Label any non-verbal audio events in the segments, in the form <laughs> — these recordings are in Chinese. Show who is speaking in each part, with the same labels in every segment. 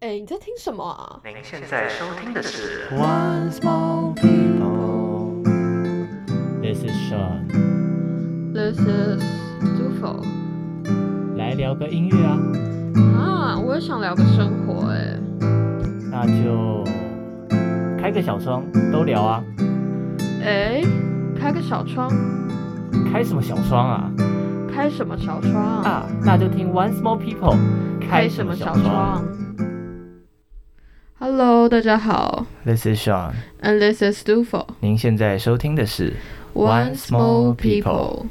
Speaker 1: 哎、你在听什么啊？
Speaker 2: 您现在收听的是
Speaker 3: One small people. This is Sean，
Speaker 1: This is Dufo
Speaker 3: 来聊个音乐啊，
Speaker 1: 啊，我也想聊个生活哎、
Speaker 3: 那就开个小窗都聊啊，
Speaker 1: 哎、开个小窗，
Speaker 3: 开什么小窗啊？
Speaker 1: 开什么小窗？
Speaker 3: 啊，那就听 One small people，
Speaker 1: 开什么小窗？Hello，大家好
Speaker 3: ？This is Sean，
Speaker 1: ，and this is Dufo
Speaker 3: 您现在收听的是 One small people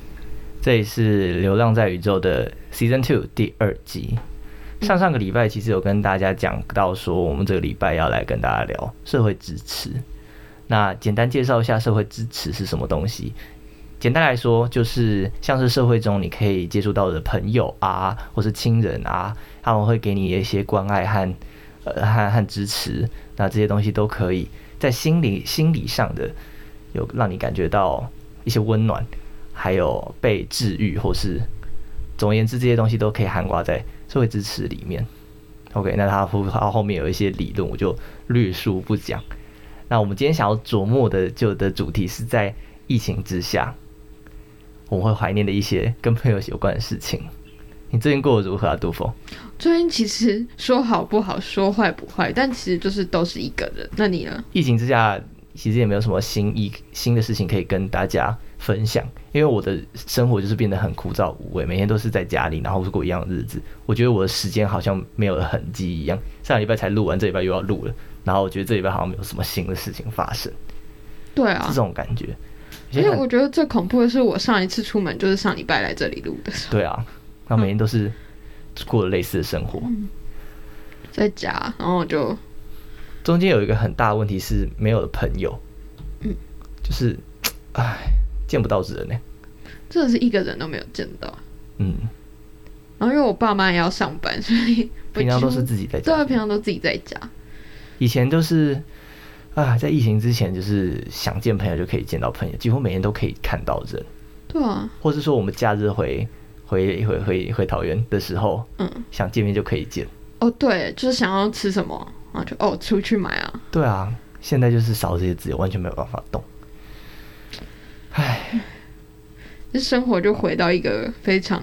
Speaker 3: 这里是《流浪在宇宙》的 Season Two 第二集。上上个礼拜其实有跟大家讲到说，我们这个礼拜要来跟大家聊社会支持。那简单介绍一下社会支持是什么东西。简单来说，就是像是社会中你可以接触到的朋友啊，或是亲人啊，他们会给你一些关爱和呃和和支持。那这些东西都可以在心理心理上的有让你感觉到一些温暖，还有被治愈，或是总而言之，这些东西都可以涵盖在社会支持里面。OK，那它后它后面有一些理论，我就略述不讲。那我们今天想要琢磨的就的主题是在疫情之下，我们会怀念的一些跟朋友有关的事情。你最近过得如何啊，杜峰？
Speaker 1: 最近其实说好不好，说坏不坏，但其实就是都是一个人。那你呢？
Speaker 3: 疫情之下，其实也没有什么新意新的事情可以跟大家分享，因为我的生活就是变得很枯燥无味，每天都是在家里，然后过一样的日子。我觉得我的时间好像没有了痕迹一样。上礼拜才录完，这礼拜又要录了，然后我觉得这礼拜好像没有什么新的事情发生，
Speaker 1: 对
Speaker 3: 是
Speaker 1: 啊
Speaker 3: 这，种感觉。
Speaker 1: 而
Speaker 3: 而
Speaker 1: 且
Speaker 3: 且
Speaker 1: 我
Speaker 3: 很
Speaker 1: 觉得最恐怖的是，我上一次出门就是上礼拜来这里录的时候，
Speaker 3: 对啊，那每天都是过了类似的生活。
Speaker 1: 嗯在家，然后就
Speaker 3: 中间有一个很大的问题是没有了朋友，
Speaker 1: 嗯，
Speaker 3: 就是唉，见不到人呢、欸
Speaker 1: 真的是一个人都没有见到。
Speaker 3: 嗯，
Speaker 1: 然后因为我爸妈也要上班，所以我
Speaker 3: 平常都
Speaker 1: 几乎
Speaker 3: 是自己在家
Speaker 1: 对，啊平常都自己在家。
Speaker 3: 以前都是啊，在疫情之前，就是想见朋友就可以见到朋友，几乎每天都可以看到人，
Speaker 1: 对啊，
Speaker 3: 或是说我们假日回回回回回桃园的时候，
Speaker 1: 嗯，
Speaker 3: 想见面就可以见。
Speaker 1: 哦对，就是想要吃什么，然后就哦出去买啊。
Speaker 3: 对啊，现在就是少这些自由，完全没有办法动。唉，
Speaker 1: 这生活就回到一个非常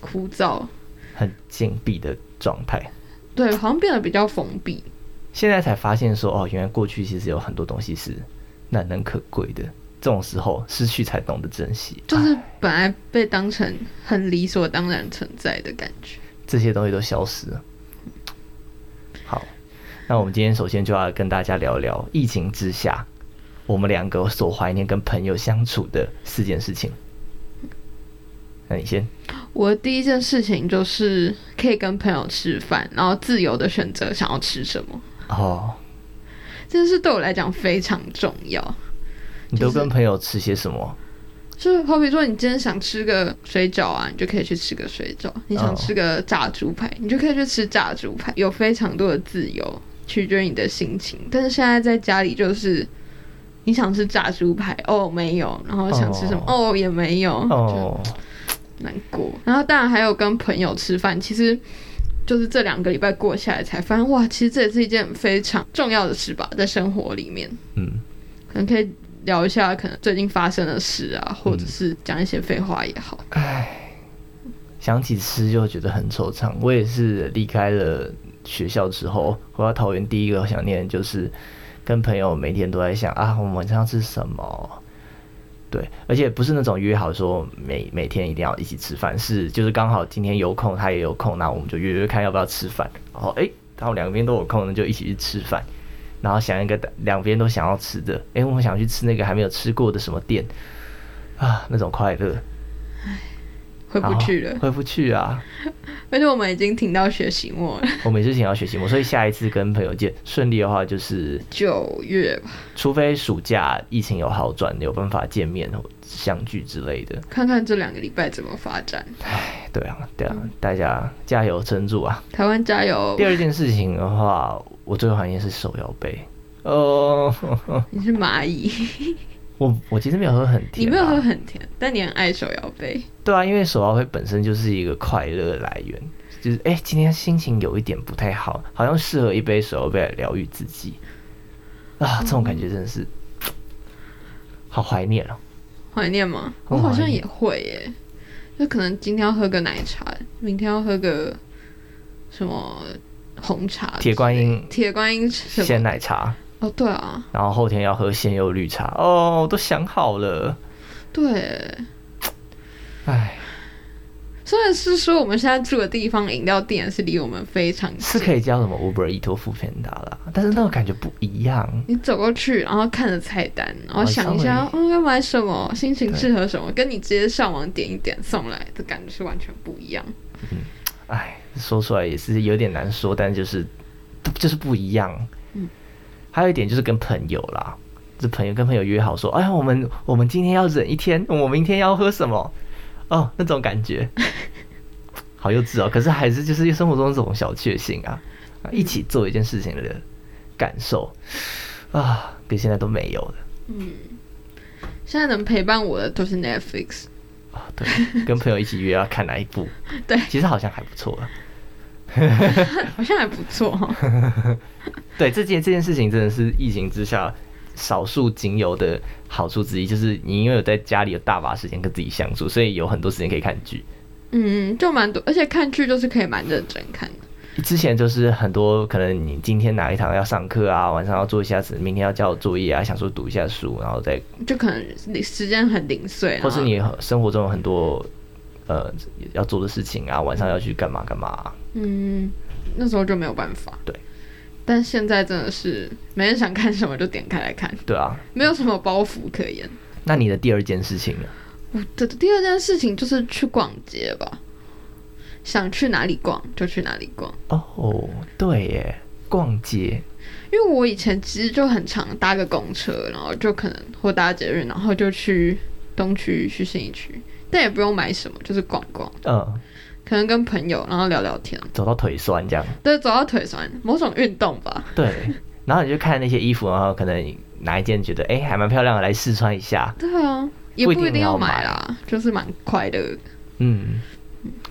Speaker 1: 枯燥，
Speaker 3: 很禁闭的状态。
Speaker 1: 对，好像变得比较封闭。
Speaker 3: 现在才发现说，哦，原来过去其实有很多东西是难能可贵的。这种时候失去才懂得珍惜，
Speaker 1: 就是本来被当成很理所当然存在的感觉。
Speaker 3: 这些东西都消失了。好，那我们今天首先就要跟大家聊聊疫情之下，我们两个所怀念跟朋友相处的四件事情。那你先，
Speaker 1: 我的第一件事情就是可以跟朋友吃饭，然后自由的选择想要吃什么，
Speaker 3: 哦，
Speaker 1: 这件事对我来讲非常重要。
Speaker 3: 你都
Speaker 1: 就是
Speaker 3: 跟朋友吃些什么？
Speaker 1: 就是好比说，你今天想吃个水饺啊，你就可以去吃个水饺；你想吃个炸猪排，你就可以去吃炸猪排。有非常多的自由，取决于你的心情。但是现在在家里就是，你想吃炸猪排哦没有，然后想吃什么哦也没有，就
Speaker 3: 哦，
Speaker 1: 难过。然后当然还有跟朋友吃饭，其实。就是这两个礼拜过下来，才发现哇，其实这也是一件非常重要的事吧，在生活里面。
Speaker 3: 嗯，
Speaker 1: 可能可以聊一下可能最近发生的事啊，或者是讲一些废话也好。
Speaker 3: 唉，想起吃就觉得很惆怅。我也是离开了学校之后，回到桃园，第一个想念的就是跟朋友每天都在想啊，我们晚上要吃什么？对，而且不是那种约好说每每天一定要一起吃饭，是就是刚好今天有空，他也有空，那我们就约约看要不要吃饭。然后诶，他们两边都有空，那就一起去吃饭。然后想一个两边都想要吃的，诶，我们想去吃那个还没有吃过的什么店啊，那种快乐。
Speaker 1: 回不去了
Speaker 3: 然后，回不去啊！
Speaker 1: 而且我们已经停到学期末了，
Speaker 3: 我每次想要学习我所以下一次跟朋友见，顺利的话就是，
Speaker 1: 九月吧，
Speaker 3: 除非暑假疫情有好转，有办法见面相聚之类的。
Speaker 1: 看看这两个礼拜怎么发展。
Speaker 3: 哎对啊，对啊，
Speaker 1: 嗯
Speaker 3: 大家加油撑住啊！
Speaker 1: 台湾加油
Speaker 3: 第！二件事情的话，我最怀念是手摇杯。哦，
Speaker 1: 你是蚂蚁，
Speaker 3: <laughs> 我我其实没有喝很
Speaker 1: 你
Speaker 3: 甜、啊，
Speaker 1: 没有喝很甜，但你很爱手摇杯。
Speaker 3: 对啊，因为手摇杯本身就是一个快乐来源，就是哎、欸，今天心情有一点不太好，好像适合一杯手摇杯来疗愈自己啊，这种感觉真的是、嗯、好怀念哦、
Speaker 1: 喔，怀念吗？我好像也会耶，就可能今天要喝个奶茶，明天要喝个什么红茶，
Speaker 3: 铁观音，
Speaker 1: 铁观音
Speaker 3: 鲜奶茶。
Speaker 1: 哦，对啊，
Speaker 3: 然后后天要喝鲜柚绿茶哦，我都想好了。
Speaker 1: 对，
Speaker 3: 唉，
Speaker 1: 虽然是说我们现在住的地方饮料店是离我们非常近，
Speaker 3: 是可以叫什么 Uber、依托、富片达啦，但是那种感觉不一样。
Speaker 1: 你走过去，然后看着菜单，然
Speaker 3: 啊
Speaker 1: 后想一下，嗯、哦，要买什么，心情适合什么，跟你直接上网点一点送来的感觉是完全不一样。
Speaker 3: 嗯，唉，说出来也是有点难说，但就是就是不一样。嗯。还有一点就是跟朋友啦，就是朋友跟朋友约好说，哎呀，我们我们今天要忍一天，我明天要喝什么，哦，那种感觉，好幼稚哦。可是还是就是生活中这种小确幸啊，一起做一件事情的感受啊，跟现在都没有了。
Speaker 1: 嗯，现在能陪伴我的都是 Netflix
Speaker 3: 啊、哦，对，跟朋友一起约要看哪一部，
Speaker 1: 对，
Speaker 3: 其实好像还不错啊。
Speaker 1: 好像还不错、哦。
Speaker 3: <laughs> 对，这件这件事情真的是疫情之下少数仅有的好处之一，就是你因为有在家里有大把时间跟自己相处，所以有很多时间可以看剧。
Speaker 1: 嗯，就蛮多，而且看剧就是可以蛮认真看的。
Speaker 3: 之前就是很多可能你今天哪一堂要上课啊，晚上要做一下子，明天要交作业啊，想说读一下书，然后再
Speaker 1: 就可能时间很零碎，
Speaker 3: 或是你生活中有很多。呃，要做的事情啊，晚上要去干嘛干嘛、啊。
Speaker 1: 嗯，那时候就没有办法。
Speaker 3: 对，
Speaker 1: 但现在真的是没人想看什么就点开来看。
Speaker 3: 对啊，
Speaker 1: 没有什么包袱可言。
Speaker 3: 那你的第二件事情呢？
Speaker 1: 我的第二件事情就是去逛街吧，想去哪里逛就去哪里逛。
Speaker 3: 哦，对耶，逛街。
Speaker 1: 因为我以前其实就很常搭个公车，然后就可能或搭捷运，然后就去东区、去信义区。但也不用买什么，就是逛逛，
Speaker 3: 嗯，
Speaker 1: 可能跟朋友然后聊聊天，
Speaker 3: 走到腿酸这样，
Speaker 1: 对，走到腿酸，某种运动吧，
Speaker 3: 对。然后你就看那些衣服，然后可能哪一件觉得哎、欸、还蛮漂亮的，来试穿一下。
Speaker 1: 对啊，也不一定要买啦，買就是蛮快乐的。
Speaker 3: 嗯，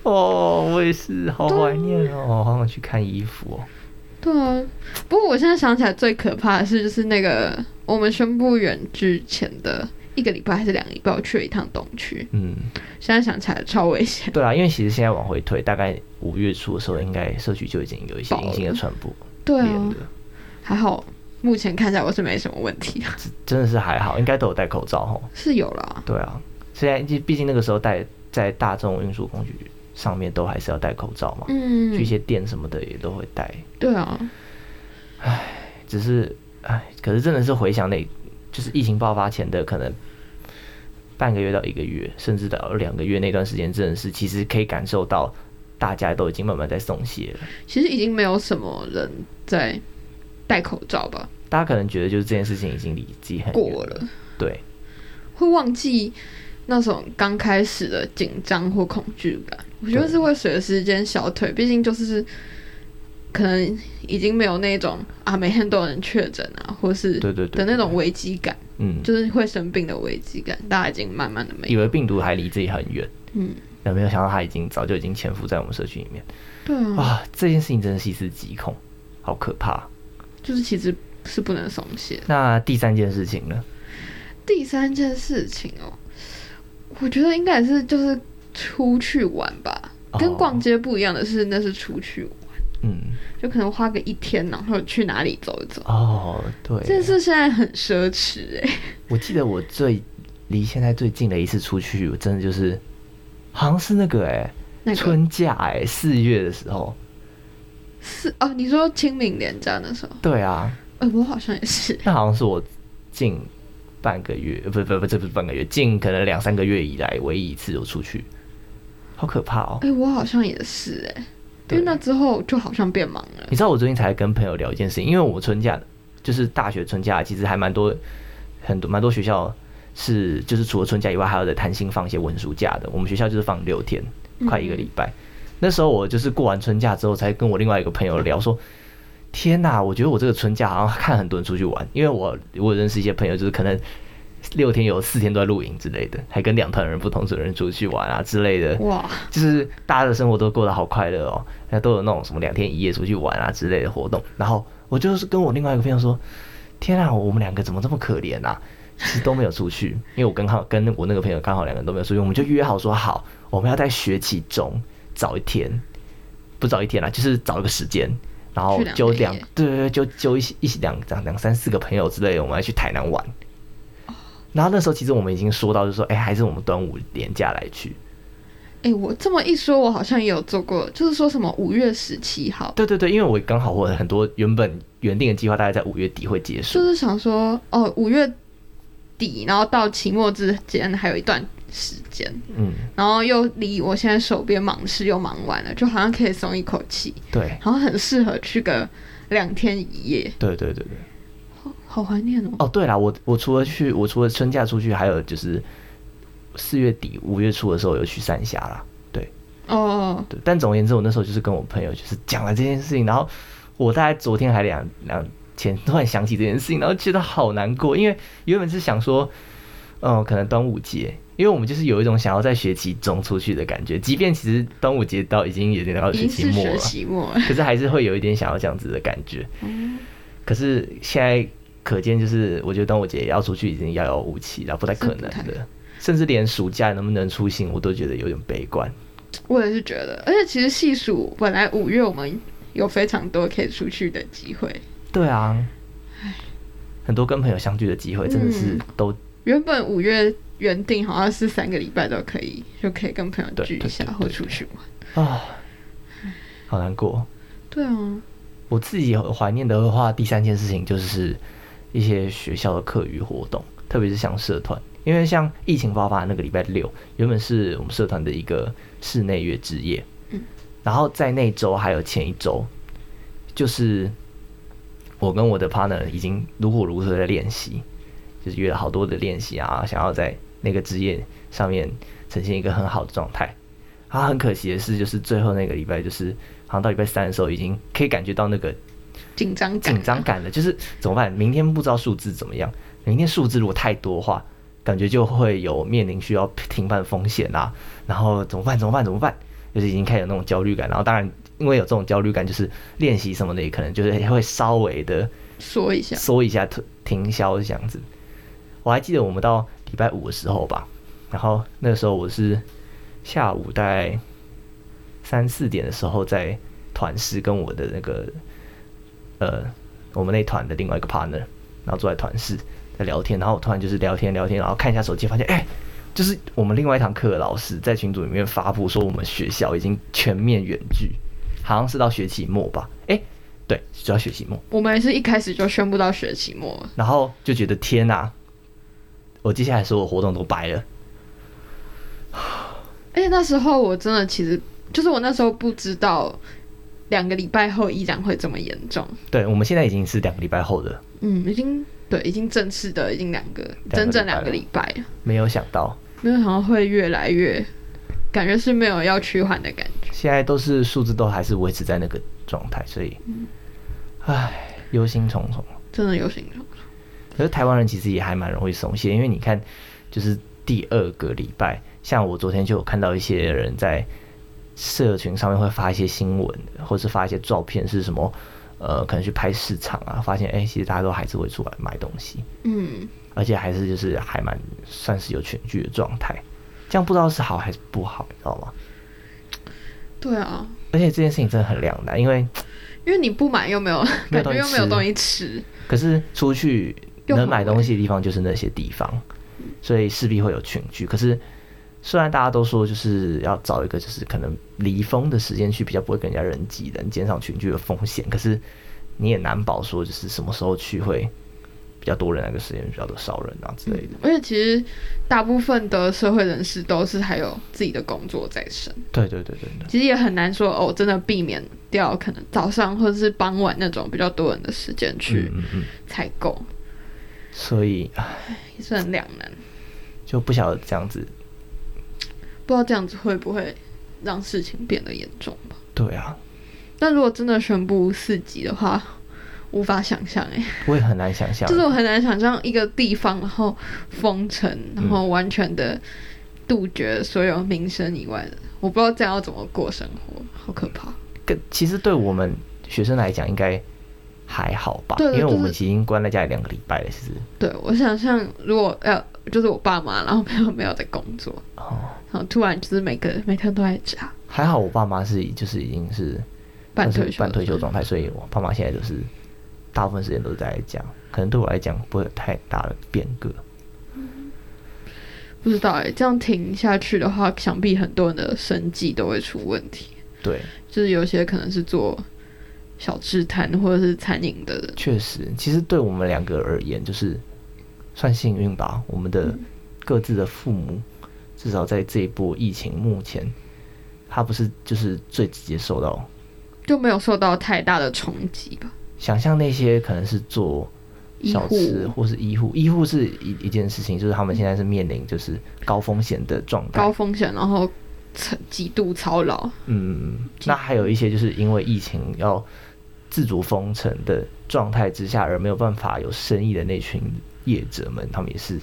Speaker 3: 哦，我也是，好怀念哦，好想去看衣服哦。
Speaker 1: 对啊，不过我现在想起来最可怕的是，就是那个我们宣布远距前的。一个礼拜还是两个礼拜，我去了一趟东区。
Speaker 3: 嗯，
Speaker 1: 现在想起来超危险。
Speaker 3: 对啊，因为其实现在往回推，大概五月初的时候，应该社区就已经有一些隐性的传播。
Speaker 1: 对啊，还好，目前看起来我是没什么问题啊。 <laughs>
Speaker 3: 真的是还好，应该都有戴口罩吼。
Speaker 1: 是有啦。
Speaker 3: 对啊，现在毕竟那个时候戴在大众运输工具上面都还是要戴口罩嘛。
Speaker 1: 嗯。
Speaker 3: 去一些店什么的也都会戴。
Speaker 1: 对啊。
Speaker 3: 唉，只是唉，可是真的是回想那。就是疫情爆发前的可能半个月到一个月，甚至到两个月那段时间，真的是其实可以感受到大家都已经慢慢在松懈了。
Speaker 1: 其实已经没有什么人在戴口罩吧？
Speaker 3: 大家可能觉得就是这件事情已经离自己很
Speaker 1: 过了，
Speaker 3: 对，
Speaker 1: 会忘记那种刚开始的紧张或恐惧感。我觉得是会随着时间消退，毕竟就是。可能已经没有那种啊，每天都有人确诊啊，或是
Speaker 3: 对对
Speaker 1: 的那种危机感，
Speaker 3: 嗯，
Speaker 1: 就是会生病的危机感，大家已经慢慢的没有。
Speaker 3: 以为病毒还离自己很远，
Speaker 1: 嗯，
Speaker 3: 但没有想到它已经早就已经潜伏在我们社区里面。
Speaker 1: 对啊，
Speaker 3: 啊，这件事情真的细思极恐，好可怕。
Speaker 1: 就是其实是不能松懈。
Speaker 3: 那第三件事情呢？
Speaker 1: 第三件事情哦，我觉得应该也是就是出去玩吧，哦、跟逛街不一样的是，那是出去玩。
Speaker 3: 嗯，
Speaker 1: 就可能花个一天，然后去哪里走一走。
Speaker 3: 哦，对，
Speaker 1: 这是现在很奢侈哎、欸。 <laughs>
Speaker 3: 我记得我最离现在最近的一次出去，我真的就是好像是那个哎、欸，
Speaker 1: 那个、
Speaker 3: 春假哎、欸，四月的时候。
Speaker 1: 是哦，你说清明连假那时候？
Speaker 3: 对啊。
Speaker 1: 呃，我好像也是。 <laughs>
Speaker 3: 那好像是我近半个月，呃不不不，这不是半个月，近可能两三个月以来唯一一次有出去，好可怕哦。
Speaker 1: 哎，我好像也是哎。因为那之后就好像变忙了。
Speaker 3: 你知道我最近才跟朋友聊一件事情，因为我春假就是大学春假，其实还蛮多很多蛮多学校是就是除了春假以外，还有的弹性放一些文书假的。我们学校就是放六天，快一个礼拜。嗯、那时候我就是过完春假之后，才跟我另外一个朋友聊说：“天呐、啊，我觉得我这个春假好像看很多人出去玩，因为我我认识一些朋友，就是可能。”六天有四天都在露营之类的，还跟两团人不同的人出去玩啊之类的。
Speaker 1: 哇，
Speaker 3: 就是大家的生活都过得好快乐哦，那都有那种什么两天一夜出去玩啊之类的活动。然后我就是跟我另外一个朋友说：“天啊，我们两个怎么这么可怜啊？”其实都没有出去，因为我刚好跟我那个朋友刚好两个人都没有出去，我们就约好说好，我们要在学期中找一天，不找一天啦，啊就是找一个时间，然后
Speaker 1: 去两
Speaker 3: 揪
Speaker 1: 天
Speaker 3: 两
Speaker 1: 一夜
Speaker 3: 对对对，揪揪一起一起两两两三四个朋友之类的，我们要去台南玩。然后那时候其实我们已经说到，就说哎、还是我们端午连假来去。
Speaker 1: 哎、我这么一说，我好像也有做过，就是说什么五月十七号，
Speaker 3: 对对对，因为我刚好我很多原本原定的计划大概在五月底会结束
Speaker 1: 就，是想说哦，五月底，然后到期末之间还有一段时间，
Speaker 3: 嗯，
Speaker 1: 然后又离我现在手边忙事又忙完了，就好像可以松一口气，
Speaker 3: 对
Speaker 1: 然后很适合去个两天一夜，
Speaker 3: 对对对对。
Speaker 1: 好好怀念哦。
Speaker 3: 哦，对了，我我除了去，我除了春假出去，还有就是四月底五月初的时候有去三峡啦。对
Speaker 1: 哦，
Speaker 3: 对，但总而言之，我那时候就是跟我朋友就是讲了这件事情，然后我大概昨天还两两前突然想起这件事情，然后觉得好难过，因为原本是想说，嗯，可能端午节。因为我们就是有一种想要在学期中出去的感觉，即便其实端午节到已经有点到
Speaker 1: 哦已
Speaker 3: 学
Speaker 1: 经
Speaker 3: 期
Speaker 1: 是
Speaker 3: 末啊
Speaker 1: 学
Speaker 3: 了，
Speaker 1: 期末了，
Speaker 3: 可是还是会有一点想要这样子的感觉。
Speaker 1: 嗯
Speaker 3: 可是现在可见，就是我觉得端午节要出去已经遥遥无期了，不太可能
Speaker 1: 是不
Speaker 3: 的。甚至连暑假能不能出行，我都觉得有点悲观。
Speaker 1: 我也是觉得，而且其实细数本来五月我们有非常多可以出去的机会，
Speaker 3: 对啊，很多跟朋友相聚的机会真的是
Speaker 1: 嗯
Speaker 3: 都、
Speaker 1: 原本五月原定好像是三个礼拜都可以，就可以跟朋友
Speaker 3: 对
Speaker 1: 聚一
Speaker 3: 对
Speaker 1: 下
Speaker 3: 对
Speaker 1: 或
Speaker 3: 对
Speaker 1: 出去玩。
Speaker 3: 啊，好难过。
Speaker 1: 对啊，
Speaker 3: 我自己很怀念的话，第三件事情就是一些学校的课余活动，特别是像社团，因为像疫情爆发那个礼拜六，原本是我们社团的一个室内乐之夜，
Speaker 1: 嗯
Speaker 3: 然后在那周还有前一周，就是我跟我的 partner 已经如火如荼的练习，就是约了好多的练习啊，想要在那个之夜上面呈现一个很好的状态。啊，很可惜的是，就是最后那个礼拜，就是好像到礼拜三的时候，已经可以感觉到那个
Speaker 1: 紧张感，啊
Speaker 3: 紧张感了， <laughs> 就是怎么办？明天不知道数字怎么样，明天数字如果太多的话，感觉就会有面临需要停办风险啦、然后怎么办？怎么办？怎么办？就是已经开始有那种焦虑感，然后当然因为有这种焦虑感，就是练习什么的也可能就是会稍微的
Speaker 1: 说一下，
Speaker 3: 缩一下停停销这样子。我还记得我们到礼拜五的时候吧，然后那时候我是下午大概三四点的时候在团室跟我的那个呃我们那团的另外一个 partner，然后坐在团室在聊天，然后我突然就是聊天聊天，然后看一下手机，发现哎。就是我们另外一堂课的老师在群组里面发布说，我们学校已经全面远距，好像是到学期末吧？哎、对，就要学期末。
Speaker 1: 我们也是一开始就宣布到学期末了，
Speaker 3: 然后就觉得天哪、我接下来所有活动都白了。
Speaker 1: 而哎且那时候我真的其实就是我那时候不知道两个礼拜后依然会这么严重，
Speaker 3: 对，我们现在已经是两个礼拜后了，
Speaker 1: 嗯，已经对，已经正式的已经两个
Speaker 3: 礼拜
Speaker 1: 整整两个礼拜了，
Speaker 3: 没有想到
Speaker 1: 没有想到会越来越，感觉是没有要趋缓的感觉，
Speaker 3: 现在都是数字都还是维持在那个状态，所以，唉，忧心忡忡。
Speaker 1: 真的有形容。
Speaker 3: 可是台湾人其实也还蛮容易松懈，因为你看，就是第二个礼拜，像我昨天就有看到一些人在社群上面会发一些新闻，或是发一些照片，是什么？呃，可能去拍市场啊，发现哎、其实大家都还是会出来买东西。
Speaker 1: 嗯，
Speaker 3: 而且还是就是还蛮算是有全剧的状态，这样不知道是好还是不好，你知道吗？
Speaker 1: 对啊，
Speaker 3: 而且这件事情真的很两难，因为
Speaker 1: 因为你不买又没有，
Speaker 3: 没
Speaker 1: 感
Speaker 3: 有东
Speaker 1: 觉
Speaker 3: 西
Speaker 1: 又没有
Speaker 3: 吃
Speaker 1: 东西吃，
Speaker 3: 可是出去
Speaker 1: 又很
Speaker 3: 能买
Speaker 1: 贵
Speaker 3: 东西的地方就是那些地方，所以势必会有群聚。可是虽然大家都说就是要找一个就是可能离峰的时间去，比较不会跟人家人挤人，减少群聚的风险，可是你也难保说就是什么时候去会比较多人，那个时间比较多少人啊之类的。
Speaker 1: 而且其实大部分的社会人士都是还有自己的工作在身，
Speaker 3: 嗯对对对对对。
Speaker 1: 其实也很难说哦，真的避免掉可能早上或者是傍晚那种比较多人的时间去
Speaker 3: 嗯嗯嗯，
Speaker 1: 采购，
Speaker 3: 所以唉
Speaker 1: 也是很两难。
Speaker 3: 就不晓得这样子
Speaker 1: 不知道这样子会不会让事情变得严重吧？
Speaker 3: 对啊，
Speaker 1: 但如果真的宣布四级的话，无法想象哎、
Speaker 3: 我也很难想象。
Speaker 1: 就是我很难想象一个地方，然后封城，然后完全的杜绝所有民生以外的，我不知道这样要怎么过生活，好可怕。
Speaker 3: 跟其实对我们学生来讲应该还好吧，
Speaker 1: 对的
Speaker 3: 因为我
Speaker 1: 就是
Speaker 3: 们已经关在家里两个礼拜了，其实
Speaker 1: 对我想象，如果呃，就是我爸妈，然后没有没有在工作，
Speaker 3: 哦，
Speaker 1: 然后突然就是每个每天都在家
Speaker 3: 还好我爸妈是就是已经是
Speaker 1: 半
Speaker 3: 算
Speaker 1: 退
Speaker 3: 是
Speaker 1: 休，
Speaker 3: 半退休状态，所以我爸妈现在就是大部分时间都是在家，可能对我来讲不会有太大的变革。
Speaker 1: 不知道哎、这样停下去的话，想必很多人的生计都会出问题。
Speaker 3: 对，
Speaker 1: 就是有些可能是做小吃摊或者是餐饮的人，
Speaker 3: 确实，其实对我们两个而言，就是算幸运吧。我们
Speaker 1: 嗯
Speaker 3: 的各自的父母，至少在这一波疫情目前，他不是就是最直接受到。
Speaker 1: 就没有受到太大的冲击吧。
Speaker 3: 想象那些可能是做
Speaker 1: 医
Speaker 3: 小吃
Speaker 1: 护
Speaker 3: 或是医护，医护是一一件事情，就是他们现在是面临就是高风险的状态
Speaker 1: 高。风险，然后操极度操劳，
Speaker 3: 嗯，那还有一些就是因为疫情要自主封城的状态之下，而没有办法有生意的那群业者们，他们也是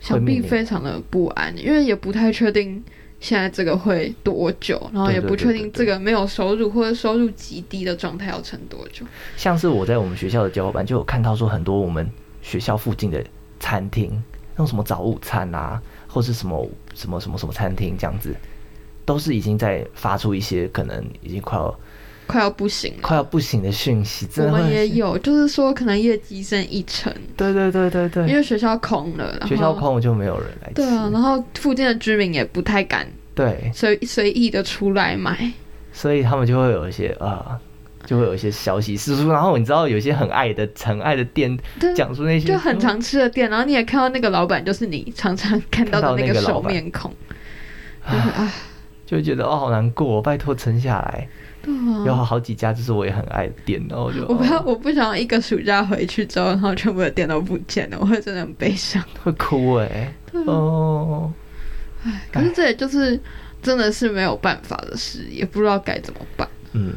Speaker 1: 想
Speaker 3: 面
Speaker 1: 必
Speaker 3: 临
Speaker 1: 非常的不安，因为也不太确定现在这个会多久，然后
Speaker 3: 对
Speaker 1: 也
Speaker 3: 对
Speaker 1: 不
Speaker 3: 对
Speaker 1: 确
Speaker 3: 对
Speaker 1: 定
Speaker 3: 对
Speaker 1: 这个没有收入或者收入极低的状态要撑多久。
Speaker 3: 像是我在我们学校的交流班就有看到说，很多我们学校附近的餐厅，那种什么早午餐啊，或是什么什么什么什么餐厅这样子，都是已经在发出一些可能已经快要
Speaker 1: 快要不行了，
Speaker 3: 快要不行的讯息。真
Speaker 1: 我
Speaker 3: 的
Speaker 1: 们
Speaker 3: 会
Speaker 1: 也有，就是说可能业绩剩一成，
Speaker 3: 对对对对
Speaker 1: 因
Speaker 3: 对，
Speaker 1: 为学校空了，然后
Speaker 3: 学校空了就没有人来吃。
Speaker 1: 对啊，然后附近的居民也不太敢
Speaker 3: 对，
Speaker 1: 随随意的出来买，
Speaker 3: 所以他们就会有一些啊。就会有一些消息输出，然后你知道有一些很爱的、很爱的店
Speaker 1: 对，
Speaker 3: 讲出那些
Speaker 1: 嗯就很常吃的店，然后你也看到那个老板就是你常常看到的那
Speaker 3: 看到那个
Speaker 1: 个
Speaker 3: 老
Speaker 1: 熟
Speaker 3: 板
Speaker 1: 面
Speaker 3: <sighs>
Speaker 1: 孔，就会啊，
Speaker 3: 就会觉得哦好难过，拜托撑下来。
Speaker 1: 对啊
Speaker 3: 有好几家就是我也很爱的店，然后就
Speaker 1: 我不要，
Speaker 3: 哦
Speaker 1: 我不想要一个暑假回去之后，然后全部的店都不见了，我会真的很悲伤。
Speaker 3: 会哭哎、
Speaker 1: 啊
Speaker 3: 哦，
Speaker 1: 可是这也就是真的是没有办法的事，也不知道该怎么办。
Speaker 3: 嗯，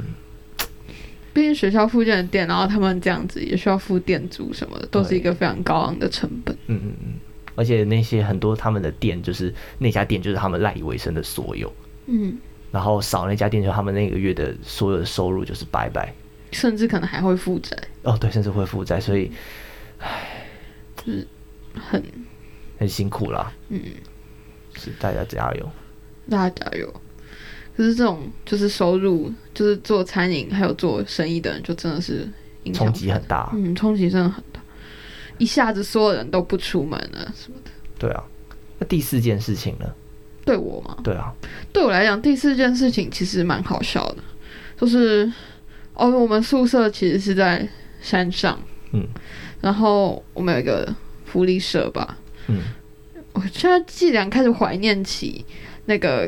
Speaker 1: 毕竟学校附近的店，然后他们这样子也需要付店租什么的，都是
Speaker 3: 对
Speaker 1: 一个非常高昂的成本。
Speaker 3: 嗯嗯嗯，而且那些很多他们的店，就是那家店就是他们赖以为生的所有，
Speaker 1: 嗯，
Speaker 3: 然后少那家店，就他们那个月的所有的收入就是拜拜。
Speaker 1: 甚至可能还会负债，
Speaker 3: 哦，对，甚至会负债，所以
Speaker 1: 很
Speaker 3: 很辛苦啦。
Speaker 1: 嗯，
Speaker 3: 是大家加油。
Speaker 1: 大家加油。可是这种就是收入，就是做餐饮还有做生意的人，就真的是影响
Speaker 3: 冲击很大，
Speaker 1: 嗯，冲击真的很大，一下子所有人都不出门了，什么的。
Speaker 3: 对啊。那第四件事情呢？
Speaker 1: 对我吗？
Speaker 3: 对啊，
Speaker 1: 对我来讲，第四件事情其实蛮好笑的，就是哦，我们宿舍其实是在山上，
Speaker 3: 嗯，
Speaker 1: 然后我们有一个福利社吧， <laughs>
Speaker 3: 嗯，
Speaker 1: 我现在既然开始怀念起那个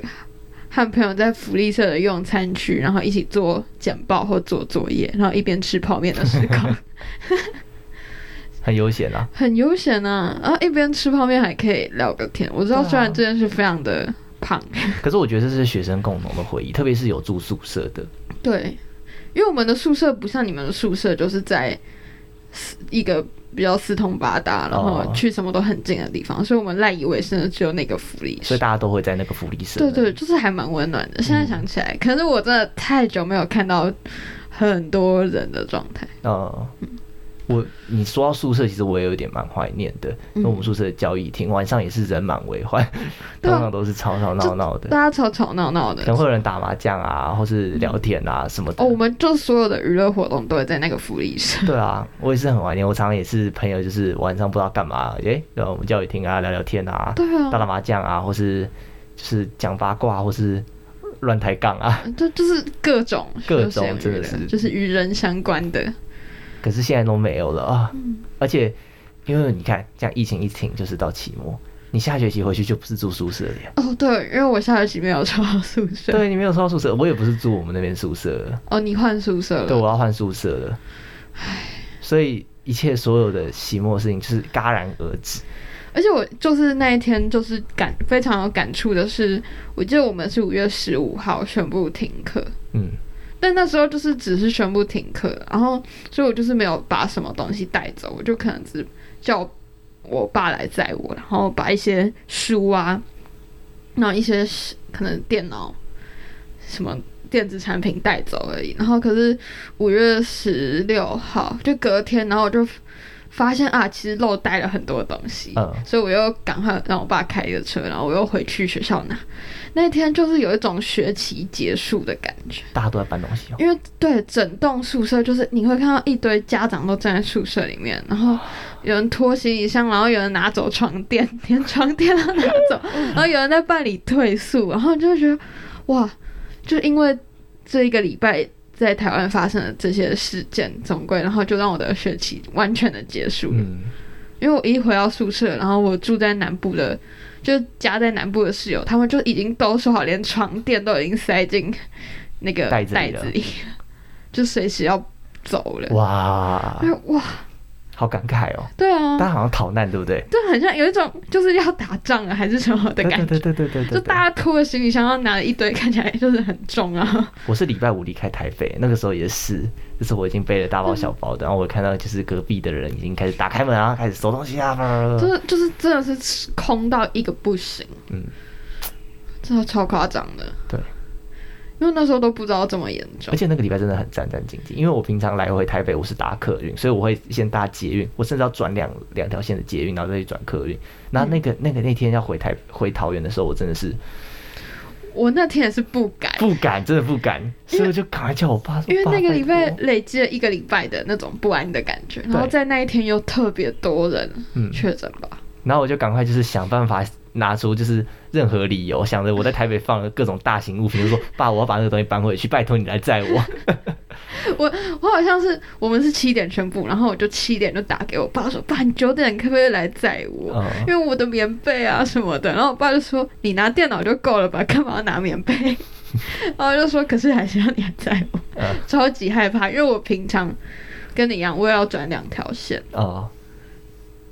Speaker 1: 和朋友在福利社的用餐区，然后一起做简报或做作业，然后一边吃泡面的时光，
Speaker 3: 很悠闲啊。
Speaker 1: 很悠闲啊，然后一边吃泡面还可以聊个天。我知道
Speaker 3: 对啊
Speaker 1: 虽然这件事非常的胖，
Speaker 3: 可是我觉得这是学生共同的回忆，特别是有住宿舍的，
Speaker 1: 对，因为我们的宿舍不像你们的宿舍，就是在四一个比较四通八达，然后
Speaker 3: 哦
Speaker 1: 去什么都很近的地方，所以我们赖以为生的只有那个福利
Speaker 3: 所
Speaker 1: 社
Speaker 3: 以。大家都会在那个福利社。
Speaker 1: 对对，，就是还蛮温暖的。现
Speaker 3: 嗯
Speaker 1: 在想起来，可是我真的太久没有看到很多人的状态。
Speaker 3: 呃，
Speaker 1: 嗯
Speaker 3: 我你说到宿舍，其实我也有点蛮怀念
Speaker 1: 嗯
Speaker 3: 的。因为我们宿舍的交易厅晚上也是人满为患，
Speaker 1: 对
Speaker 3: 通
Speaker 1: 啊
Speaker 3: 常都是吵吵闹闹
Speaker 1: 大
Speaker 3: 的，
Speaker 1: 家吵吵闹闹的
Speaker 3: 可能会有人打麻将啊，或是聊天啊什么的。
Speaker 1: 哦，我们就所有的娱乐活动都会在那个福利社。
Speaker 3: <laughs> 对啊，我也是很怀念。我常常也是朋友，就是晚上不知道干嘛，诶、然后我们教育厅啊聊聊天啊，
Speaker 1: 对
Speaker 3: 打打
Speaker 1: 啊，
Speaker 3: 麻将啊，或是就是讲八卦，或是乱抬杠啊。
Speaker 1: 就就是各种
Speaker 3: 各
Speaker 1: 休闲
Speaker 3: 种真的
Speaker 1: 娱乐
Speaker 3: 是
Speaker 1: 就是与人相关的。
Speaker 3: 可是现在都没有了啊！
Speaker 1: 嗯
Speaker 3: 而且因为你看，这样疫情一停就是到期末，你下学期回去就不是住宿舍了呀。
Speaker 1: 哦，对，因为我下学期没有抽到宿舍。
Speaker 3: 对你没有说到宿舍，我也不是住我们那边宿舍了，
Speaker 1: 哦，你换宿舍了？
Speaker 3: 对，我要换宿舍了。所以一切所有的期末事情就是戛然而止。
Speaker 1: 而且我就是那一天就是感非常有感触的是，我记得我们是五月十五号宣布停课，
Speaker 3: 嗯，
Speaker 1: 但那时候就是只是宣布停课，然后所以我就是没有把什么东西带走，我就可能只叫我爸来载我，然后把一些书啊，然后一些可能电脑什么。电子产品带走而已，然后可是五月十六号就隔天，然后我就发现啊，其实漏带了很多东西，
Speaker 3: 嗯
Speaker 1: 所以我又赶快让我爸开一个车，然后我又回去学校拿。那天就是有一种学期结束的感觉，
Speaker 3: 大家都在搬东西、哦，
Speaker 1: 因为对整栋宿舍就是你会看到一堆家长都站在宿舍里面，然后有人拖行李箱，然后有人拿走床垫，连床垫都拿走，然后有人在办理退宿，然后你就会觉得哇。就因为这一个礼拜在台湾发生的这些事件，总归然后就让我的学期完全的结束了。
Speaker 3: 嗯，
Speaker 1: 因为我一回到宿舍，然后我住在南部的，就是家在南部的室友，他们就已经都说好，连床垫都已经塞进那个
Speaker 3: 袋
Speaker 1: 袋
Speaker 3: 子
Speaker 1: 子
Speaker 3: 里
Speaker 1: 里，
Speaker 3: 了
Speaker 1: 就随时要走了。
Speaker 3: 哇
Speaker 1: 就，哇，
Speaker 3: 好感慨哦，
Speaker 1: 对啊
Speaker 3: 大，家好像逃难，对不对？
Speaker 1: 就很像有一种就是要打仗啊了还是什么的
Speaker 3: 对
Speaker 1: 感
Speaker 3: 对
Speaker 1: 觉，
Speaker 3: 对对对对对
Speaker 1: 就大
Speaker 3: 对。
Speaker 1: 家拖着行李箱，然后拿了一堆看起来就是很重啊。
Speaker 3: 我是礼拜五离开台北，那个时候也是，就是我已经背了大包小包
Speaker 1: 嗯
Speaker 3: 的，然后我看到就是隔壁的人已经开始打开门啊，开始收东西啊，叭叭叭
Speaker 1: 就
Speaker 3: 叭
Speaker 1: 是就是真的是空到一个不行，
Speaker 3: 嗯，
Speaker 1: 真的超夸张的。
Speaker 3: 对，哎
Speaker 1: 因为那时候都不知道这么严重
Speaker 3: 而。且那个礼拜真的很战战兢兢，因为我平常来回台北我是搭客运，所以我会先搭捷运，我甚至要转两两条线的捷运，然后再去转客运。
Speaker 1: 嗯
Speaker 3: 那那个、那个那天要回台回桃园的时候，我真的是
Speaker 1: 我那天也是不敢，
Speaker 3: 不敢，真的不敢，所以我就赶快叫我爸说，
Speaker 1: 因为
Speaker 3: 爸
Speaker 1: 那个礼拜
Speaker 3: 拜托
Speaker 1: 累积了一个礼拜的那种不安的感觉，然后在那一天又特别多人
Speaker 3: 嗯
Speaker 1: 确诊吧。
Speaker 3: 然后我就赶快就是想办法拿出就是任何理由，想着我在台北放了各种大型物品，就说爸，我要把那个东西搬回去，拜托你来载我。
Speaker 1: 我好像是我们是七点宣布，然后我就七点就打给我爸说：“爸，你九点可不可以来载我？
Speaker 3: <laughs> 嗯
Speaker 1: 因为我的棉被啊什么的。”然后我爸就说：“你拿电脑就够了吧，干嘛要拿棉被？” <laughs> 然后我就说：“可是还是要你来载我。
Speaker 3: 嗯
Speaker 1: 超级害怕，因为我平常跟你一样，我也要转两条线。
Speaker 3: 哦、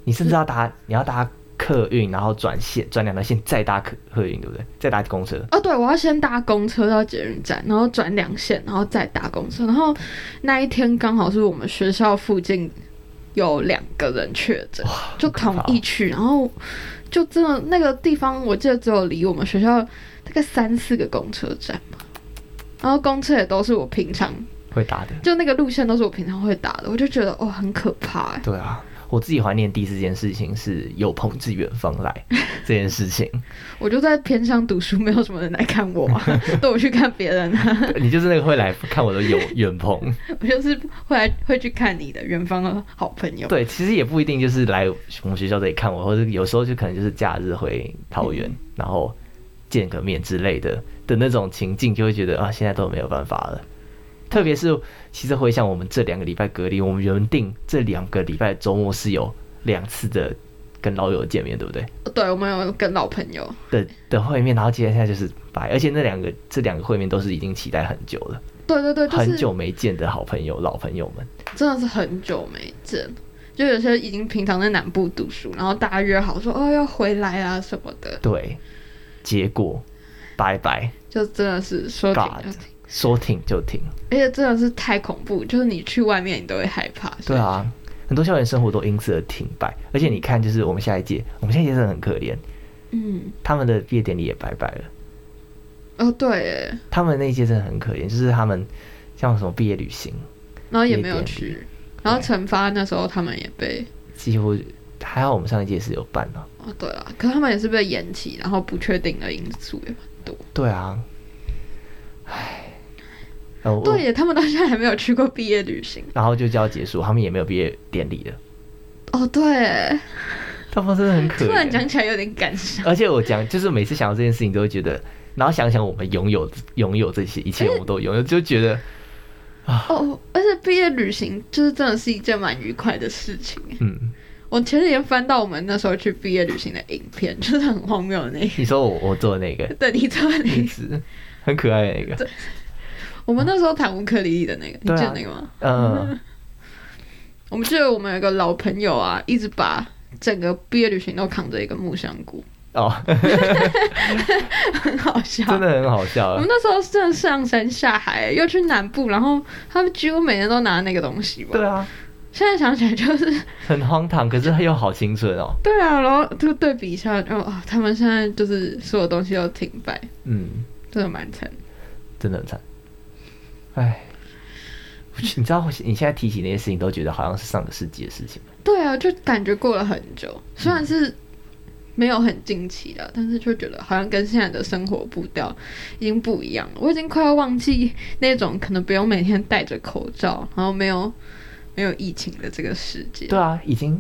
Speaker 3: 你甚至要搭你要搭客运，然后转线转两条线，再搭客客运，对不对？再搭公车。
Speaker 1: 哦，对，我要先搭公车到捷运站，然后转两线，然后再搭公车。然后那一天刚好是我们学校附近有两个人确诊，就同一区，然后就真的那个地方，我记得只有离我们学校大概三四个公车站吧。然后公车也都是我平常
Speaker 3: 会搭的。
Speaker 1: 就那个路线都是我平常会打的，我就觉得哦很可怕哎。
Speaker 3: 对啊，我自己怀念第四件事情是有朋自远方来这件事情， <laughs>
Speaker 1: 我就在偏上读书，没有什么人来看我、啊，都我去看别人啊， <laughs>
Speaker 3: 你就是那个会来看我的有远朋。
Speaker 1: 我就是会来会去看你的远方的好朋友。
Speaker 3: 对，其实也不一定就是来我们学校这里看我，或者有时候就可能就是假日回桃园，然后见个面之类的的那种情境，就会觉得啊，现在都没有办法了。特别是其实回想我们这两个礼拜隔离，我们原定这两个礼拜周末是有两次的跟老友见面，对不对？
Speaker 1: 对，我们有跟老朋友，
Speaker 3: 的的会面，然后接下来就是拜，而且那两个这两个会面都是已经期待很久了，
Speaker 1: 对对对，就
Speaker 3: 很
Speaker 1: 是
Speaker 3: 久没见的好朋友、老朋友们。
Speaker 1: 真的是很久没见，就有些已经平常在南部读书，然后大家约好说哦要回来啊什么的，
Speaker 3: 对，结果拜拜，
Speaker 1: 就真的是说停就
Speaker 3: God
Speaker 1: 停，
Speaker 3: 说停就停。
Speaker 1: 而且真的是太恐怖，就是你去外面你都会害怕。所
Speaker 3: 对
Speaker 1: 以，
Speaker 3: 啊，很多校园生活都因此而停摆。而且你看，就是我们下一届，我们下一届真的很可怜，
Speaker 1: 嗯，
Speaker 3: 他们的毕业典礼也拜拜了。
Speaker 1: 哦对耶，
Speaker 3: 他们那一届真的很可怜，就是他们像什么毕业旅行，
Speaker 1: 然后也
Speaker 3: 夜
Speaker 1: 没有
Speaker 3: 店
Speaker 1: 去，然后惩罚那时候他们也被。
Speaker 3: 几乎还好我们上一届是有办了、
Speaker 1: 哦，对了，可是他们也是被延期，然后不确定的因素也蛮多。
Speaker 3: 对啊，唉，呃我
Speaker 1: 对耶，他们到现在还没有去过毕业旅行。
Speaker 3: 然后就就要结束，他们也没有毕业典礼了，
Speaker 1: 哦，对耶，
Speaker 3: 他们真的很可
Speaker 1: 突然
Speaker 3: 怜。
Speaker 1: 讲起来有点感伤。
Speaker 3: 而且我讲，就是每次想到这件事情，都会觉得，然后想想我们拥有拥有这些，一切我们都拥有，就觉得
Speaker 1: 哦，而且毕业旅行就是真的是一件蛮愉快的事情耶。
Speaker 3: 嗯，
Speaker 1: 我前几天翻到我们那时候去毕业旅行的影片，就是很荒谬的那一，
Speaker 3: 你说我我做的那个
Speaker 1: 对，你知道
Speaker 3: 一
Speaker 1: 那
Speaker 3: 直 <laughs> 很可爱的那个，
Speaker 1: 我们那时候谈乌克丽丽的那个，你
Speaker 3: 对啊
Speaker 1: 记得那个吗？
Speaker 3: 嗯，
Speaker 1: 我们记得我们有一个老朋友啊，一直把整个毕业旅行都扛着一个木香菇， <laughs>
Speaker 3: 哦，
Speaker 1: 很好笑。
Speaker 3: 真的很好笑
Speaker 1: 我。们那时候真的上山下海，欸又去南部，然后他们几乎每天都拿那个东西吧。
Speaker 3: 对啊，
Speaker 1: 现在想起来就是，
Speaker 3: 很荒唐，可是又好青春哦。
Speaker 1: 对啊，然后就对比一下，就啊，他们现在就是所有东西都停摆，
Speaker 3: 嗯，
Speaker 1: 真的蛮惨。
Speaker 3: 真的很惨。哎，我觉得你知道你现在提起那些事情，都觉得好像是上个世纪的事情。
Speaker 1: 对啊，就感觉过了很久，虽然是没有很近期的，但是就觉得好像跟现在的生活步调已经不一样了。我已经快要忘记那种可能不用每天戴着口罩，然后没有没有疫情的这个世界。
Speaker 3: 对啊，已经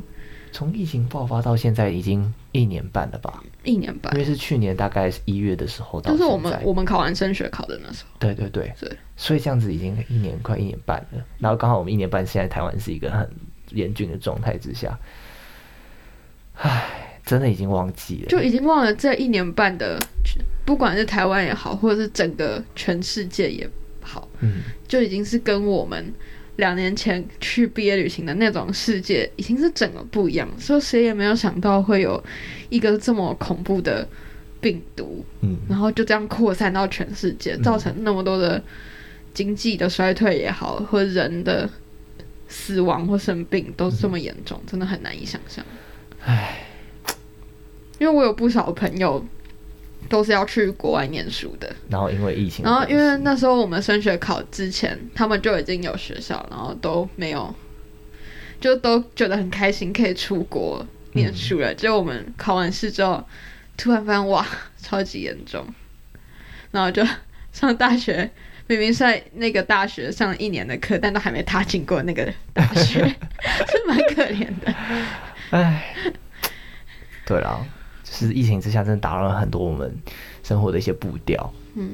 Speaker 3: 从疫情爆发到现在已经一年半了吧？
Speaker 1: 一年半
Speaker 3: 因，为是去年大概一月的时候到
Speaker 1: 就
Speaker 3: 现
Speaker 1: 是
Speaker 3: 在。
Speaker 1: 我们我们考完升学考的那时候。
Speaker 3: 对对对
Speaker 1: 对，
Speaker 3: 所以这样子已经一年快一年半了，然后刚好我们一年半现在台湾是一个很严峻的状态之下，唉，真的已经忘记了。
Speaker 1: 就已经忘了这一年半的，不管是台湾也好，或者是整个全世界也好，
Speaker 3: 嗯，
Speaker 1: 就已经是跟我们两年前去毕业旅行的那种世界，已经是整个不一样了。所以谁也没有想到会有一个这么恐怖的病毒，
Speaker 3: 嗯，
Speaker 1: 然后就这样扩散到全世界，
Speaker 3: 嗯
Speaker 1: 造成那么多的经济的衰退也好，或人的死亡或生病都这么严重，真的很难以想象。因为我有不少朋友都是要去国外念书的，
Speaker 3: 然后因为疫情的
Speaker 1: 然后
Speaker 3: 关系，
Speaker 1: 因为那时候我们升学考之前，他们就已经有学校，然后都没有，就都觉得很开心可以出国念书了。结果我们考完试之后，突然发现哇， <laughs> 超级严重，然后就上大学。明明是在那个大学上了一年的课，但都还没踏进过那个大学，是蛮可怜的。
Speaker 3: 唉，对啦，就是疫情之下，真的打乱了很多我们生活的一些步调。
Speaker 1: 嗯，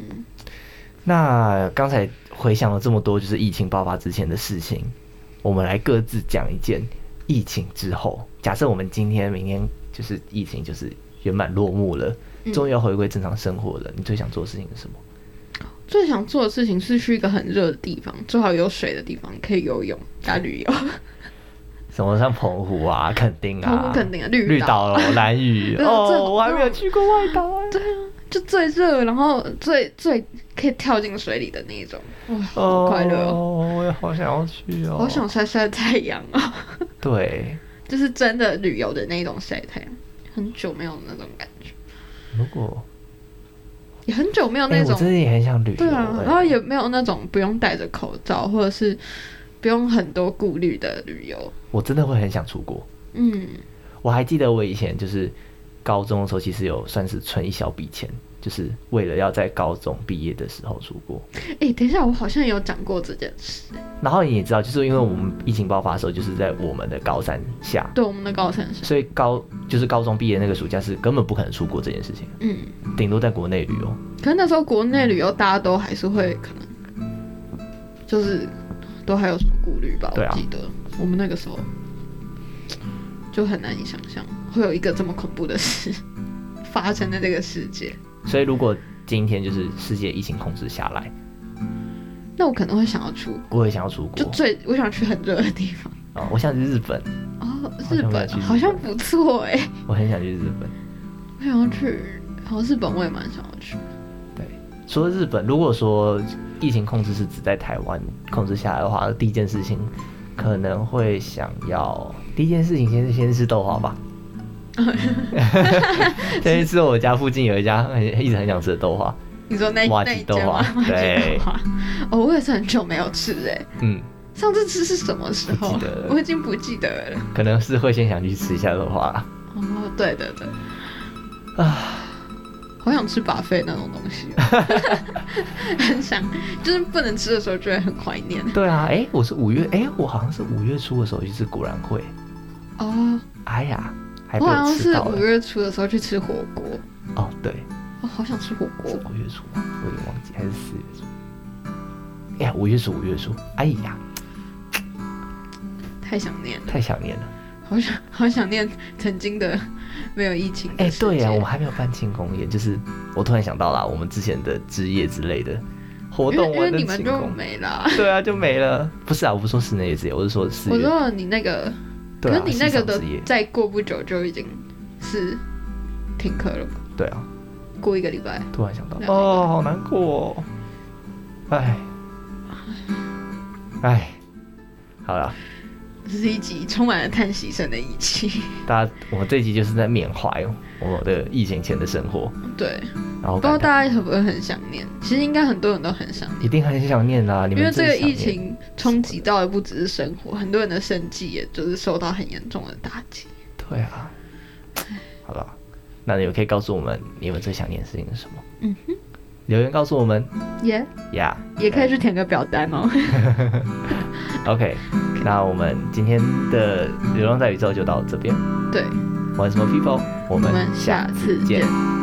Speaker 3: 那刚才回想了这么多，就是疫情爆发之前的事情，我们来各自讲一件疫情之后。假设我们今天、明天就是疫情就是圆满落幕了，
Speaker 1: 嗯
Speaker 3: 终于要回归正常生活了，你最想做的事情是什么？
Speaker 1: 最想做的事情是去一个很热的地方，最好有水的地方，可以游泳加旅游。
Speaker 3: 什么像澎湖啊、垦丁
Speaker 1: <laughs>
Speaker 3: 啊、
Speaker 1: 澎湖垦丁啊绿岛
Speaker 3: 绿岛咯、蓝屿
Speaker 1: <laughs> 对啊这
Speaker 3: 哦，我还没有去过外岛啊。
Speaker 1: 对啊，就最热，然后最最可以跳进水里的那一种，哇，好快乐哦！
Speaker 3: 哦！我也好想要去哦，
Speaker 1: 好想晒晒太阳哦， <laughs>
Speaker 3: 对，
Speaker 1: 就是真的旅游的那种晒太阳，很久没有那种感觉，
Speaker 3: 如果
Speaker 1: 也很久没有
Speaker 3: 哎、
Speaker 1: 那
Speaker 3: 我
Speaker 1: 种，
Speaker 3: 真的也很想旅游、
Speaker 1: 对啊，
Speaker 3: 哎
Speaker 1: 然后也没有那种不用戴着口罩或者是不用很多顾虑的旅游，
Speaker 3: 我真的会很想出国。
Speaker 1: 嗯，
Speaker 3: 我还记得我以前就是高中的时候，其实有算是存一小笔钱，就是为了要在高中毕业的时候出国。
Speaker 1: 哎，等一下，我好像有讲过这件事，
Speaker 3: 然后你也知道，就是因为我们疫情爆发的时候，就是在我们的高三下，
Speaker 1: 对我们的高三生，
Speaker 3: 所以高就是高中毕业那个暑假是根本不可能出国这件事情，
Speaker 1: 嗯，
Speaker 3: 顶多在国内旅游。哦
Speaker 1: 可是那时候国内旅游
Speaker 3: 嗯
Speaker 1: 大家都还是会可能，就是都还有什么顾虑吧？
Speaker 3: 对啊
Speaker 1: 我记得我们那个时候就很难以想象会有一个这么恐怖的事 <laughs> 发生在这个世界。
Speaker 3: 所以如果今天就是世界疫情控制下来，
Speaker 1: 那我可能会想要出，
Speaker 3: 我也想要出
Speaker 1: 就
Speaker 3: 国
Speaker 1: 最我想去很热的地方
Speaker 3: 啊、我想去日本，
Speaker 1: 哦，
Speaker 3: 好
Speaker 1: 日
Speaker 3: 像没有
Speaker 1: 本
Speaker 3: 去日本
Speaker 1: 好像不错哎、
Speaker 3: 我很想去日本。
Speaker 1: 我想要去，好像日本我也蛮想要去。
Speaker 3: 除了日本，如果说疫情控制是指在台湾控制下来的话，第一件事情可能会想要，第一件事情先是先吃豆
Speaker 1: <laughs>
Speaker 3: 花吧。先去吃我家附近有一家很一直很想吃的豆花，
Speaker 1: 你说那
Speaker 3: 哇
Speaker 1: 那一
Speaker 3: 吉豆
Speaker 1: 间吗？
Speaker 3: 花
Speaker 1: 哇吉
Speaker 3: 对
Speaker 1: 豆花哦，我也是很久没有吃哎、
Speaker 3: 嗯，
Speaker 1: 上次吃是什么时候？
Speaker 3: 不记得了
Speaker 1: 我已经不记得了。
Speaker 3: 可能是会先想去吃一下豆花啦。
Speaker 1: 哦，对对对，
Speaker 3: 啊，
Speaker 1: 好想吃把费那种东
Speaker 3: <laughs>
Speaker 1: 西哦、很想，就是不能吃的时候就会很怀念。
Speaker 3: 对啊，哎、我是五月，哎、我好像是五月初的时候去吃果然会，
Speaker 1: 哦，
Speaker 3: 哎呀，还
Speaker 1: 我
Speaker 3: 被
Speaker 1: 好像
Speaker 3: 我吃
Speaker 1: 是
Speaker 3: 到
Speaker 1: 五
Speaker 3: 了。
Speaker 1: 月初的时候去吃火锅，
Speaker 3: 哦，对，
Speaker 1: 我、好想吃火
Speaker 3: 是
Speaker 1: 锅。
Speaker 3: 五月初吗？我有点忘记，还是四月初？哎呀，五月初，五月初，哎呀，
Speaker 1: 太想念了，
Speaker 3: 太想念了。
Speaker 1: 好想好想念曾经的没有疫情的
Speaker 3: 哎、
Speaker 1: 世界
Speaker 3: 对呀、我们还没有办庆功宴，就是我突然想到啦，我们之前的之夜之类的活
Speaker 1: 因为
Speaker 3: 动
Speaker 1: 因为
Speaker 3: 完的
Speaker 1: 你
Speaker 3: 庆
Speaker 1: 们就
Speaker 3: 功，
Speaker 1: 没啦。
Speaker 3: <laughs> 对啊，就没了。不是啊，我不是说室内夜之夜，我是说四
Speaker 1: 我
Speaker 3: 月，
Speaker 1: 说你那个，
Speaker 3: 对啊，
Speaker 1: 可是你那个
Speaker 3: 市场
Speaker 1: 的
Speaker 3: 之夜，
Speaker 1: 再过不久就已经是停课了吧？
Speaker 3: 对啊，
Speaker 1: 过一个礼拜，
Speaker 3: 突然想到，
Speaker 1: 两个
Speaker 3: 哦，好难过哦，哎，哎，好了，
Speaker 1: 这是一集充满了叹息声的一集。
Speaker 3: 大家，我们这集就是在缅怀我的疫情前的生活，
Speaker 1: <laughs> 对，
Speaker 3: 然后
Speaker 1: 不知道
Speaker 3: 感叹
Speaker 1: 大家会不会很想念？其实应该很多人都很想念，
Speaker 3: 一定很想念啊啦，你
Speaker 1: 因
Speaker 3: 们
Speaker 1: 为
Speaker 3: 真
Speaker 1: 这个
Speaker 3: 的想
Speaker 1: 疫
Speaker 3: 念，
Speaker 1: 情冲击到的不只是生活，很多人的生计也就是受到很严重的打击。
Speaker 3: 对啊，好了，那你们可以告诉我们你们最想念的事情是什么？
Speaker 1: 嗯
Speaker 3: 哼，留言告诉我们
Speaker 1: 也、
Speaker 3: 呀。
Speaker 1: 也可以去填个表单哦。
Speaker 3: OK，那我们今天的《流浪在宇宙》就到这边。
Speaker 1: 对，
Speaker 3: 玩什么 people？我
Speaker 1: 我
Speaker 3: 们
Speaker 1: 们
Speaker 3: 下
Speaker 1: 下次
Speaker 3: 见
Speaker 1: 见，